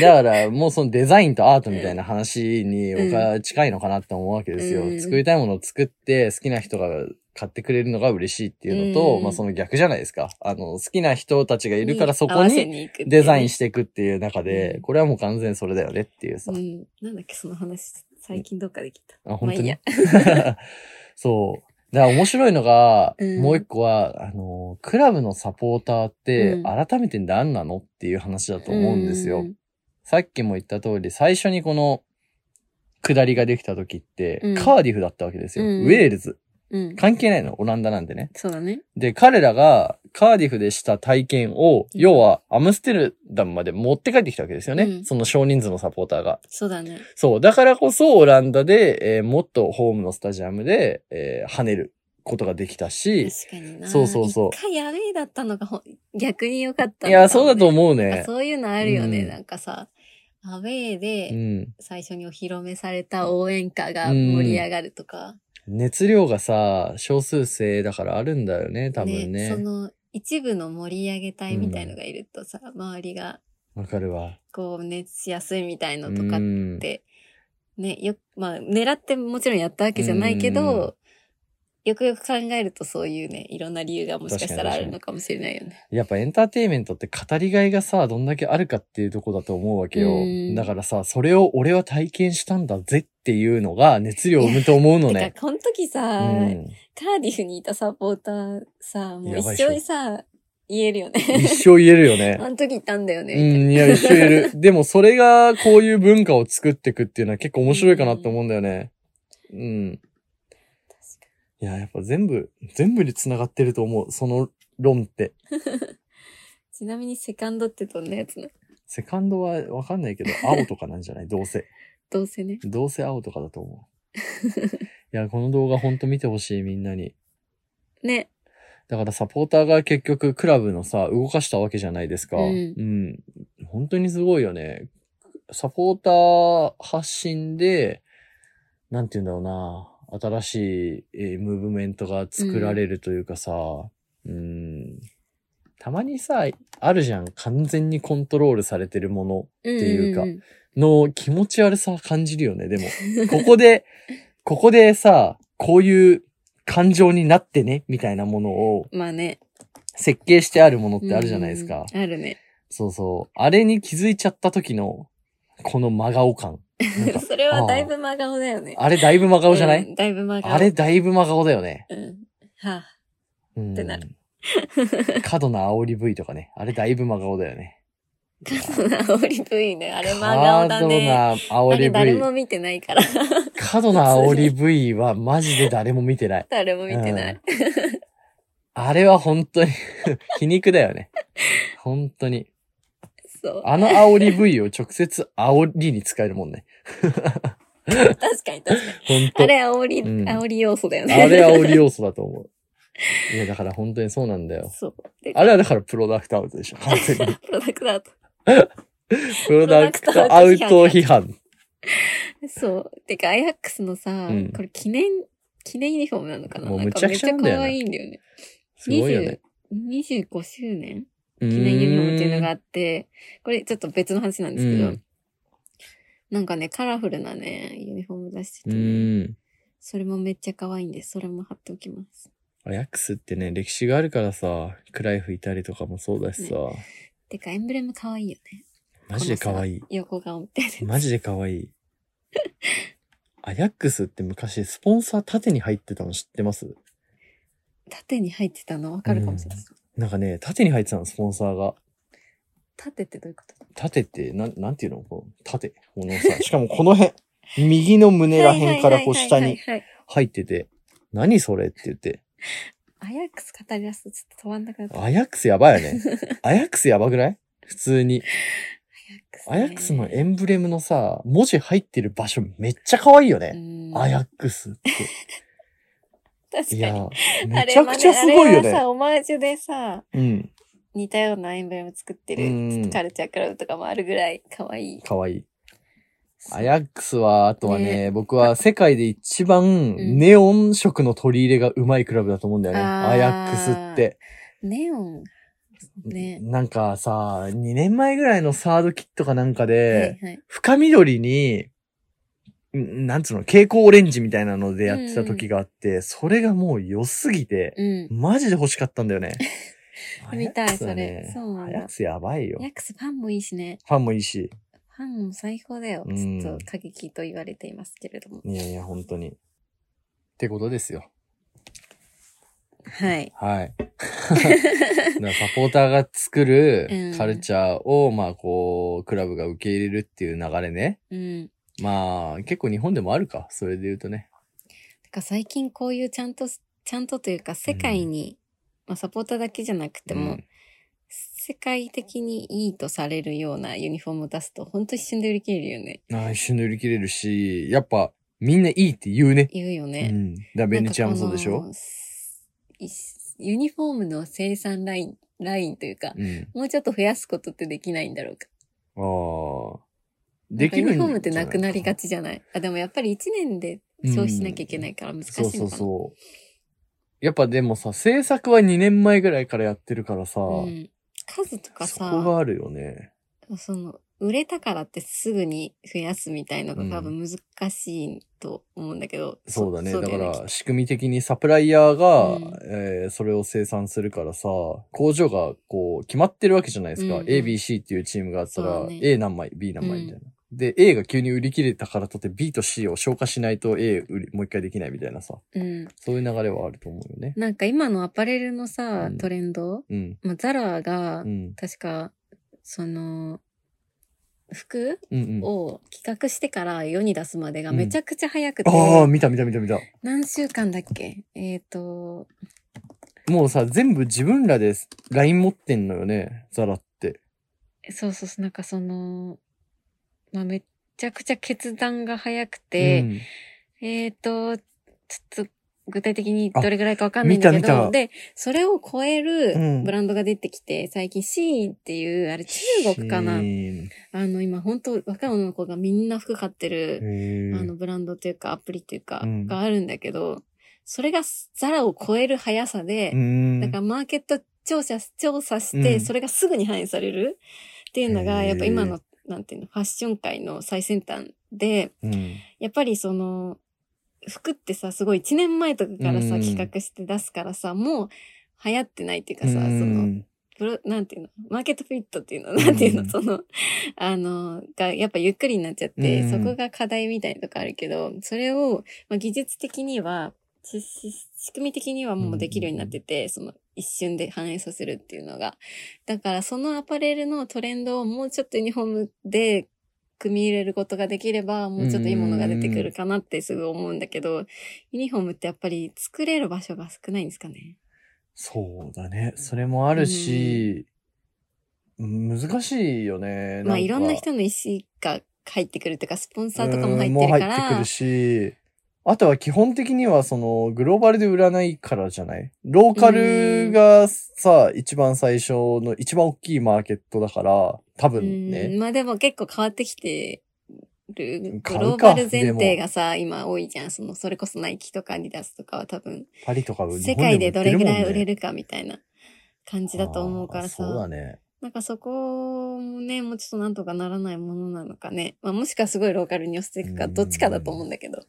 [SPEAKER 2] だから、もうそのデザインとアートみたいな話に僕は近いのかなって思うわけですよ。
[SPEAKER 1] うん
[SPEAKER 2] 作りたいものを作って好きな人が買ってくれるのが嬉しいっていうのと、
[SPEAKER 1] うん
[SPEAKER 2] まあその逆じゃないですか。あの、好きな人たちがいるからそ
[SPEAKER 1] 合
[SPEAKER 2] こ
[SPEAKER 1] わせ
[SPEAKER 2] に
[SPEAKER 1] に行くっていうね
[SPEAKER 2] デザインしていくっていう中で、
[SPEAKER 1] うん
[SPEAKER 2] これはもう完全にそれだよねっていうさ。
[SPEAKER 1] うん。なんだっけ、その話、最近どっかで聞いた。
[SPEAKER 2] あ、
[SPEAKER 1] ま
[SPEAKER 2] 本
[SPEAKER 1] あ
[SPEAKER 2] 当
[SPEAKER 1] いい
[SPEAKER 2] に
[SPEAKER 1] や。。
[SPEAKER 2] そう。だから面白いのが、
[SPEAKER 1] うん
[SPEAKER 2] もう一個は、あの、クラブのサポーターって
[SPEAKER 1] うん
[SPEAKER 2] 改めて何なのっていう話だと思うんですよ。
[SPEAKER 1] うん
[SPEAKER 2] さっきも言った通り、最初にこの、下りができた時って、
[SPEAKER 1] うん
[SPEAKER 2] カーディフだったわけですよ。
[SPEAKER 1] うん
[SPEAKER 2] ウェールズ。
[SPEAKER 1] うん。
[SPEAKER 2] 関係ないの、オランダなんでね。
[SPEAKER 1] そうだね。
[SPEAKER 2] で、彼らがカーディフでした体験を、
[SPEAKER 1] うん
[SPEAKER 2] 要はアムステルダムまで持って帰ってきたわけですよね。
[SPEAKER 1] うん
[SPEAKER 2] その少人数のサポーターが。
[SPEAKER 1] そうだね。
[SPEAKER 2] そう。だからこそ、オランダで、えーもっとホームのスタジアムで、えー跳ねることができたし、
[SPEAKER 1] 確かにな。
[SPEAKER 2] そうそうそう
[SPEAKER 1] 一回やべえだったのがほん逆に良かった
[SPEAKER 2] いや、そうだと
[SPEAKER 1] 思
[SPEAKER 2] 思う
[SPEAKER 1] ねあ
[SPEAKER 2] ね。
[SPEAKER 1] そういうのあるよね、
[SPEAKER 2] うん
[SPEAKER 1] なんかさ。アウェー
[SPEAKER 2] う
[SPEAKER 1] で
[SPEAKER 2] ん。
[SPEAKER 1] 最初にお披露目された応援歌が盛り上がるとか。
[SPEAKER 2] 熱量がさ、少数制だからあるんだよね、多分
[SPEAKER 1] そ
[SPEAKER 2] ね。
[SPEAKER 1] の一部の盛り上げ隊みたいのがいるとさ、周りが
[SPEAKER 2] わ、かるわ。
[SPEAKER 1] こう熱しやすいみたいの
[SPEAKER 2] う
[SPEAKER 1] とかっ
[SPEAKER 2] ん
[SPEAKER 1] て、ね、よ、まあ、狙ってもちろんやったわけじゃないけど、よくよく考えるとそういうね、いろんな理由がもしかしたらあるのかもしれないよね。
[SPEAKER 2] やっぱエンターテイメントって語りがいがさ、どんだけあるかっていうとこだと思うわけよ
[SPEAKER 1] うん。
[SPEAKER 2] だからさ、それを俺は体験したんだぜっていうのが熱量を生むと思うの
[SPEAKER 1] て
[SPEAKER 2] ね。
[SPEAKER 1] か、この時
[SPEAKER 2] う
[SPEAKER 1] さ、
[SPEAKER 2] ん。
[SPEAKER 1] カーディフにいたサポーターさ、もう
[SPEAKER 2] やばい
[SPEAKER 1] 一
[SPEAKER 2] っしょ
[SPEAKER 1] 生さ、言えるよ
[SPEAKER 2] 一
[SPEAKER 1] ね。
[SPEAKER 2] 生言える よね。
[SPEAKER 1] あの時いたんだよね。
[SPEAKER 2] う、
[SPEAKER 1] みたいなん
[SPEAKER 2] いや、一生言える。でもそれがこういう文化を作っていくっていうのは結構面白いかなと思うんだよね。うん。いや、やっぱ全部、全部に繋がってると思う。その論って。
[SPEAKER 1] ちなみにセカンドってどんなやつなの
[SPEAKER 2] セカンドはわかんないけど、青とかなんじゃないどうせ。
[SPEAKER 1] どうせ ね。
[SPEAKER 2] どうせ青とかだと思う。いや、この動画ほんと見てほしい、みんなに。
[SPEAKER 1] ね。
[SPEAKER 2] だからサポーターが結局クラブのさ、動かしたわけじゃないですか。
[SPEAKER 1] うん
[SPEAKER 2] ん本当にすごいよね。サポーター発信で、なんて言うんだろうな、新しい、えームーブメントが作られるというかさ、うん、たまにさ、あるじゃん。完全にコントロールされてるもの
[SPEAKER 1] って
[SPEAKER 2] いうかの気持ち悪さは感じるよね、でも。ここで、 ここでさ、こういう感情になってね、みたいなものを
[SPEAKER 1] まあね。
[SPEAKER 2] 設計してあるものってあるじゃないですか。
[SPEAKER 1] うんある ね。
[SPEAKER 2] そうそう。あれに気づいちゃった時の、この真顔感。なんか
[SPEAKER 1] それはだいぶ真顔だよね。
[SPEAKER 2] あれだいぶ真顔じゃない、
[SPEAKER 1] うんだいぶ真顔。
[SPEAKER 2] あれだいぶ真顔だよね。
[SPEAKER 1] うん。はあ。
[SPEAKER 2] うん。
[SPEAKER 1] ってなる
[SPEAKER 2] 過度な煽り V とかね。あれだいぶ真顔だ よね。
[SPEAKER 1] 煽り V ね。あれ真顔だね。
[SPEAKER 2] 過度
[SPEAKER 1] あ
[SPEAKER 2] な
[SPEAKER 1] れ誰
[SPEAKER 2] 煽り V
[SPEAKER 1] も。見てないから。
[SPEAKER 2] 過度な煽り V はマジで誰も見てない。
[SPEAKER 1] 誰も見てない。
[SPEAKER 2] あれは本当に 皮肉だよね。本当に。
[SPEAKER 1] そう。
[SPEAKER 2] あの煽り V を直接煽りに使えるもんね。
[SPEAKER 1] 確かに確かに。
[SPEAKER 2] 本当
[SPEAKER 1] あれ煽り、
[SPEAKER 2] うん
[SPEAKER 1] 煽り要素だよね。
[SPEAKER 2] あれ煽り要素だと思う。いや、だから本当にそうなんだよ。
[SPEAKER 1] そう。で、
[SPEAKER 2] あれはだからプロダクトアウトで しょ。完全に。
[SPEAKER 1] プロダクトだと。
[SPEAKER 2] プロダクトアウト批判。
[SPEAKER 1] そう。てか、アイアックスのさ、
[SPEAKER 2] うん
[SPEAKER 1] これ記念、記念ユニフォームなのかな
[SPEAKER 2] もう
[SPEAKER 1] なんか
[SPEAKER 2] むちゃくちゃなんだよね
[SPEAKER 1] めっちゃ可愛いんだよね。
[SPEAKER 2] すごいよね。
[SPEAKER 1] 20 25周年
[SPEAKER 2] 記
[SPEAKER 1] 記念ユニフォームっていうのがあって、これちょっと別の話なんですけど、
[SPEAKER 2] うん
[SPEAKER 1] なんかね、カラフルなね、ユニフォーム出して
[SPEAKER 2] う
[SPEAKER 1] てね、
[SPEAKER 2] ん。
[SPEAKER 1] それもめっちゃ可愛いんで、それも貼っておきます。
[SPEAKER 2] アヤックスってね、歴史があるからさ、クライフいたりとかもそうだしさ、
[SPEAKER 1] てか、エンブレム可愛いよね。
[SPEAKER 2] マジで可愛い
[SPEAKER 1] こ。のさ横顔みたいな。
[SPEAKER 2] マジで可愛い。アヤックスって昔スポンサー縦に入ってたの知ってます
[SPEAKER 1] 縦に入ってたの分かるかもしれない。
[SPEAKER 2] なんかね、縦に入ってたの、スポンサーが。
[SPEAKER 1] 縦ってどういうこと
[SPEAKER 2] 縦って、なん、なんていうのこの縦。この さ、しかもこの辺。右の胸ら辺からこう下に。入ってて、何それって言って。
[SPEAKER 1] アヤックス語り出すとちょっと止まんなくなった。
[SPEAKER 2] アヤックスやばいよね。アヤックスやばくない普通に。アヤックスのエ
[SPEAKER 1] ン
[SPEAKER 2] ンブレムのさ、文字入ってる場所めっちゃ可愛いよね。アヤックスって。
[SPEAKER 1] 確か
[SPEAKER 2] い
[SPEAKER 1] に。
[SPEAKER 2] や、めちゃくちゃすごい
[SPEAKER 1] あ
[SPEAKER 2] よ
[SPEAKER 1] れは
[SPEAKER 2] ね。
[SPEAKER 1] さ、オマージュでさ、
[SPEAKER 2] うん。
[SPEAKER 1] 似たようなエンブレム作って
[SPEAKER 2] う
[SPEAKER 1] る、
[SPEAKER 2] ん
[SPEAKER 1] ちょっとカルチャークラブとかもあるぐらい可愛い。
[SPEAKER 2] 可愛い。アヤックスは、あとはね、僕は世界で一番
[SPEAKER 1] ん
[SPEAKER 2] ネオン色の取り入れがうまいクラブだと思うんだよね。
[SPEAKER 1] あー
[SPEAKER 2] アヤックスって。
[SPEAKER 1] ネオン。ね。
[SPEAKER 2] なんかさ、2年前ぐらいのサードキットかなんかで、
[SPEAKER 1] はいはい。
[SPEAKER 2] 深緑に、んなんつうの、蛍光オレンジみたいなのでやってた時があって、それがもう良すぎて、
[SPEAKER 1] うん。
[SPEAKER 2] マジで欲しかったんだよね。
[SPEAKER 1] 見たい
[SPEAKER 2] アヤックスはね
[SPEAKER 1] それそうなん
[SPEAKER 2] ア
[SPEAKER 1] だ
[SPEAKER 2] ヤックスやばいよ
[SPEAKER 1] アヤ。ックスファンもいいしね。
[SPEAKER 2] ファンもいいし。
[SPEAKER 1] ファンも最高だよ。
[SPEAKER 2] う
[SPEAKER 1] ち
[SPEAKER 2] ん
[SPEAKER 1] ょっと過激と言われていますけれども。
[SPEAKER 2] いやいや、本当に。ってことですよ。
[SPEAKER 1] はい。
[SPEAKER 2] はい。 だからサポーターが作る
[SPEAKER 1] うん
[SPEAKER 2] カルチャーを、まあこう、クラブが受け入れるっていう流れね。
[SPEAKER 1] うん。
[SPEAKER 2] まあ、結構日本でもあるか。それで言うとね。
[SPEAKER 1] てか最近こういうちゃんと、ちゃんとというか世界に、まあサポーターだけじゃなくても、
[SPEAKER 2] うん
[SPEAKER 1] 世界的にいいとされるようなユニフォームを出すと、ほんと一瞬で売り切れるよね。
[SPEAKER 2] ああ一瞬で売り切れるし、やっぱ、みんないいって言うね。
[SPEAKER 1] 言うよ
[SPEAKER 2] う
[SPEAKER 1] ね。
[SPEAKER 2] ん。だからベネチアもそうでし
[SPEAKER 1] なんか
[SPEAKER 2] ょ
[SPEAKER 1] このいユニフォームの生産ライン、ラインというか、
[SPEAKER 2] うん。
[SPEAKER 1] もうちょっと増やすことってできないんだろうか。
[SPEAKER 2] ああ。
[SPEAKER 1] な
[SPEAKER 2] で
[SPEAKER 1] んか
[SPEAKER 2] き
[SPEAKER 1] ユ
[SPEAKER 2] るん
[SPEAKER 1] ニフォームってなくなりが
[SPEAKER 2] ち
[SPEAKER 1] ちじゃないあ、でもやっぱり1年で消費しなきゃいけないから難しい
[SPEAKER 2] そう
[SPEAKER 1] のかな。
[SPEAKER 2] そうそう。やっぱでもさ、制作は2年前ぐらいからやってるからさ、
[SPEAKER 1] うん数とか
[SPEAKER 2] そこが
[SPEAKER 1] さ、
[SPEAKER 2] あるよね。
[SPEAKER 1] その、売れたからってすぐに増やすみたいのが多分難しいと思うんだけど。
[SPEAKER 2] そうだね。だか
[SPEAKER 1] よきっ
[SPEAKER 2] ら、仕組み的にサプライヤーが、
[SPEAKER 1] うん
[SPEAKER 2] えーそれを生産するからさ、工場がこう、決まってるわけじゃないですか。
[SPEAKER 1] うんうん
[SPEAKER 2] A、B、C っていうチームがあった
[SPEAKER 1] そう
[SPEAKER 2] ら、
[SPEAKER 1] だね
[SPEAKER 2] A 何枚、B 何枚みたいな。で、A が急に売り切れたからとって B と C を消化しないと A 売りもう一回できないみたいなさ、
[SPEAKER 1] とうん。
[SPEAKER 2] そういう流れはあると思うよね。
[SPEAKER 1] なんか今のアパレルのさ
[SPEAKER 2] う、ん
[SPEAKER 1] トレンド、
[SPEAKER 2] うん。
[SPEAKER 1] まあ、ザラが、
[SPEAKER 2] うん。
[SPEAKER 1] 確か、その、服
[SPEAKER 2] うんうん。
[SPEAKER 1] を企画してから世に出すまでがめちゃくちゃ早くて、
[SPEAKER 2] ああ、見た見た見た見た。
[SPEAKER 1] 何週間だっけえっ、と、
[SPEAKER 2] もうさ、全部自分らで LINE 持ってんのよね、ザラって。
[SPEAKER 1] そうそうそう、なんかその、まあ、めちゃくちゃ決断が早くて、えっ、と、ちょっと、具体的にどれぐらいかわかんないんだけ
[SPEAKER 2] あ見た見
[SPEAKER 1] ど、
[SPEAKER 2] た
[SPEAKER 1] で、それを超え
[SPEAKER 2] う
[SPEAKER 1] る
[SPEAKER 2] ん
[SPEAKER 1] ブランドが出てきて、最近シーンっていう、あれ中国かな
[SPEAKER 2] シーン
[SPEAKER 1] あの、今本当若い女の子がみんな服買ってる、
[SPEAKER 2] へー
[SPEAKER 1] あのブランドというかアプリというか
[SPEAKER 2] うん
[SPEAKER 1] があるんだけど、それがザラを超える速さで、
[SPEAKER 2] うん
[SPEAKER 1] だからマーケット調査調査し
[SPEAKER 2] う
[SPEAKER 1] て、
[SPEAKER 2] ん
[SPEAKER 1] それがすぐに反映されるっていうのが、
[SPEAKER 2] へー
[SPEAKER 1] やっぱ今の、なんていうの、ファッション界の最先端で、
[SPEAKER 2] うん
[SPEAKER 1] やっぱりその、服ってさ、すごい1年前とかからさ、
[SPEAKER 2] うん
[SPEAKER 1] 企画して出すからさ、もう流行ってないっていうかさ、そ
[SPEAKER 2] う
[SPEAKER 1] の、
[SPEAKER 2] ん
[SPEAKER 1] プロ、なんていうのマーケットフィットっていうのなんていうの、
[SPEAKER 2] うん
[SPEAKER 1] その、あの、が、やっぱゆっくりになっちゃって、
[SPEAKER 2] うん
[SPEAKER 1] そこが課題みたいなとこあるけど、それを、まあ、技術的には、しし仕組み的にはもうできるようになってて、その一瞬で反映させるっていうのが。だからそのアパレルのトレンドをもうちょっとユニフォームで組み入れることができれば、もうちょっといいものが出てくるかなってすぐ思うんだけど、ユニフォームってやっぱり作れる場所が少ないんですかね。
[SPEAKER 2] そうだね。それもあるし、難しいよね。
[SPEAKER 1] まあいろんな
[SPEAKER 2] の
[SPEAKER 1] 人の意思が入ってくるというか、スポンサーとかも入ってるか
[SPEAKER 2] もう入ってく
[SPEAKER 1] ら
[SPEAKER 2] る、し、あとは基本的にはそのグローバルで売らないからじゃないローカルがさ、一番最初の一番大きいマーケットだから、多分ね。
[SPEAKER 1] うんまあでも結構変わってきてる、グ
[SPEAKER 2] 買うか
[SPEAKER 1] ローバル前提
[SPEAKER 2] でも
[SPEAKER 1] がさ、今多いじゃん。その、それこそナイキとかアディダスとかは多分、
[SPEAKER 2] パリとか
[SPEAKER 1] 世界でどれぐらい売れ
[SPEAKER 2] る
[SPEAKER 1] るかみたいな感じだと思うからさ。
[SPEAKER 2] そうだね。
[SPEAKER 1] なんかそこもね、もうちょっとなんとかならないものなのかね。まあもしかすごいローカルに寄せていくか、
[SPEAKER 2] うん
[SPEAKER 1] どっちかだと思うんだけど。
[SPEAKER 2] だ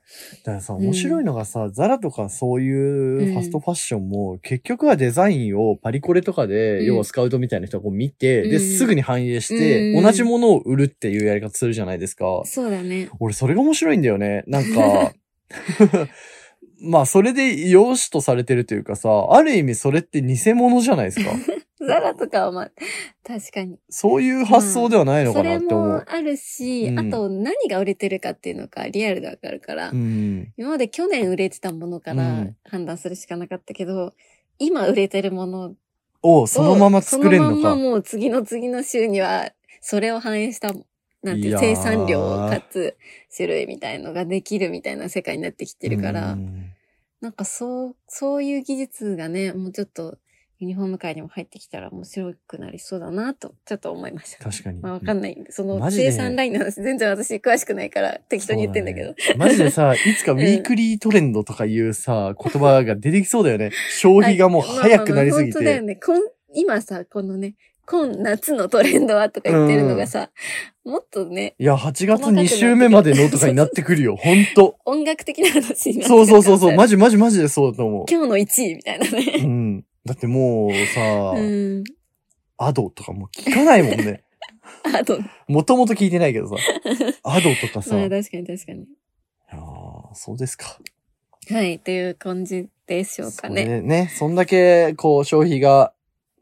[SPEAKER 2] からさ、
[SPEAKER 1] ん
[SPEAKER 2] 面白いのがさ、ザラとかそういうファストファッションも、結局はデザインをパリコレとかで、
[SPEAKER 1] うん
[SPEAKER 2] 要はスカウトみたいな人がこう見て、
[SPEAKER 1] う
[SPEAKER 2] で、
[SPEAKER 1] ん
[SPEAKER 2] すぐに反映して、
[SPEAKER 1] うん
[SPEAKER 2] 同じものを売るっていうやり方するじゃないですか。
[SPEAKER 1] そうだね。
[SPEAKER 2] 俺、それが面白いんだよね。なん か、まあ、それで容姿とされてるというかさ、ある意味それって偽物じゃないですか。
[SPEAKER 1] ザラとかはまあ、確かに。
[SPEAKER 2] そういう発想ではないの
[SPEAKER 1] そ
[SPEAKER 2] かな
[SPEAKER 1] れ
[SPEAKER 2] って思
[SPEAKER 1] も
[SPEAKER 2] う。
[SPEAKER 1] あるし、
[SPEAKER 2] うん
[SPEAKER 1] あと何が売れてるかっていうのがリアルでわかるから、
[SPEAKER 2] うん。
[SPEAKER 1] 今まで去年売れてたものか
[SPEAKER 2] う
[SPEAKER 1] ら
[SPEAKER 2] ん
[SPEAKER 1] 判断するしかなかったけど、今売れてるものを
[SPEAKER 2] をそのまま作れる
[SPEAKER 1] そ
[SPEAKER 2] の
[SPEAKER 1] のま
[SPEAKER 2] か
[SPEAKER 1] ん。まもう次の次の週には、それを反映した、なんてい
[SPEAKER 2] いうやー
[SPEAKER 1] 生産量かつ種類みたいのができるみたいな世界になってきてるから、
[SPEAKER 2] うん
[SPEAKER 1] なんかそう、そういう技術がね、もうちょっとユニフォーム界にも入ってきたら面白くなりそうだなと、ちょっと思いました。
[SPEAKER 2] 確かに。
[SPEAKER 1] まあわかんない。その
[SPEAKER 2] マジで
[SPEAKER 1] 生産ラインの話、全然私詳しくないから適当に言ってんだけど。
[SPEAKER 2] そう ねマジでさ、いつかウィークリートレンドとかいうさ、言葉が出てきそうだ よね。消費がもう早くな
[SPEAKER 1] まあまあまあ
[SPEAKER 2] りすぎ
[SPEAKER 1] 本当だよ
[SPEAKER 2] て。
[SPEAKER 1] ね。こん今さ、このね、今夏のトレンドはとか言ってるのがさ、もっとね、
[SPEAKER 2] いや、8月2週目までのとかになってくるよ。ほん と。
[SPEAKER 1] 音楽的な話になって
[SPEAKER 2] そうそうそうそう。
[SPEAKER 1] ま
[SPEAKER 2] マジマジマジでそうだと思
[SPEAKER 1] 今日の1位みたいな
[SPEAKER 2] う。う
[SPEAKER 1] ね。
[SPEAKER 2] ん。だってもうさ、
[SPEAKER 1] うん。
[SPEAKER 2] アドとかもう聞かないもん ね。
[SPEAKER 1] あと、
[SPEAKER 2] もともと聞いてないけ どさ。アドとかさ。
[SPEAKER 1] まあ
[SPEAKER 2] いや
[SPEAKER 1] 確かに確かに。
[SPEAKER 2] ーそうですか。
[SPEAKER 1] はい、という感じでしょうかね。
[SPEAKER 2] それね、そんだけ、こう、消費が、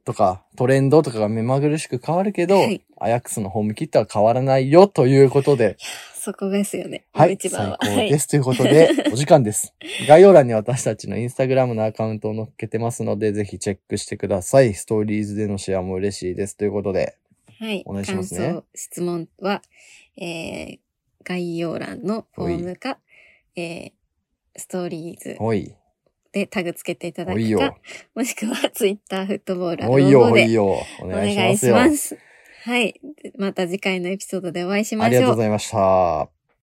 [SPEAKER 2] とか、トレンドとかが目まぐるしく変わるけど、
[SPEAKER 1] はい
[SPEAKER 2] アヤックスのホームキットは変わらないよということ で、
[SPEAKER 1] そこですよね。
[SPEAKER 2] はい、
[SPEAKER 1] 一
[SPEAKER 2] 最
[SPEAKER 1] 番
[SPEAKER 2] 高
[SPEAKER 1] は。
[SPEAKER 2] で。す。というこ とで、お時間です。概要欄に私たちのインスタグラムのアカウントを載っけてますので、ぜひチェックしてください。ストーリーズでのシェアも嬉しいです。ということで、
[SPEAKER 1] はい。
[SPEAKER 2] お願いしますね
[SPEAKER 1] 感想、質問は、えー、概要欄のフォームか、えー、ストーリーズ
[SPEAKER 2] おい、
[SPEAKER 1] でタグつけていただ
[SPEAKER 2] おい
[SPEAKER 1] く
[SPEAKER 2] よ
[SPEAKER 1] か、、もしくは ツイッターフットボール
[SPEAKER 2] おいよ、おい
[SPEAKER 1] で
[SPEAKER 2] よ、お
[SPEAKER 1] お
[SPEAKER 2] 願いし
[SPEAKER 1] 願
[SPEAKER 2] ま
[SPEAKER 1] い
[SPEAKER 2] す
[SPEAKER 1] し
[SPEAKER 2] よ。
[SPEAKER 1] ます。はい。また次回のエピソードでお会いしま
[SPEAKER 2] あり
[SPEAKER 1] し
[SPEAKER 2] がとう
[SPEAKER 1] ょう
[SPEAKER 2] ご。ざいました。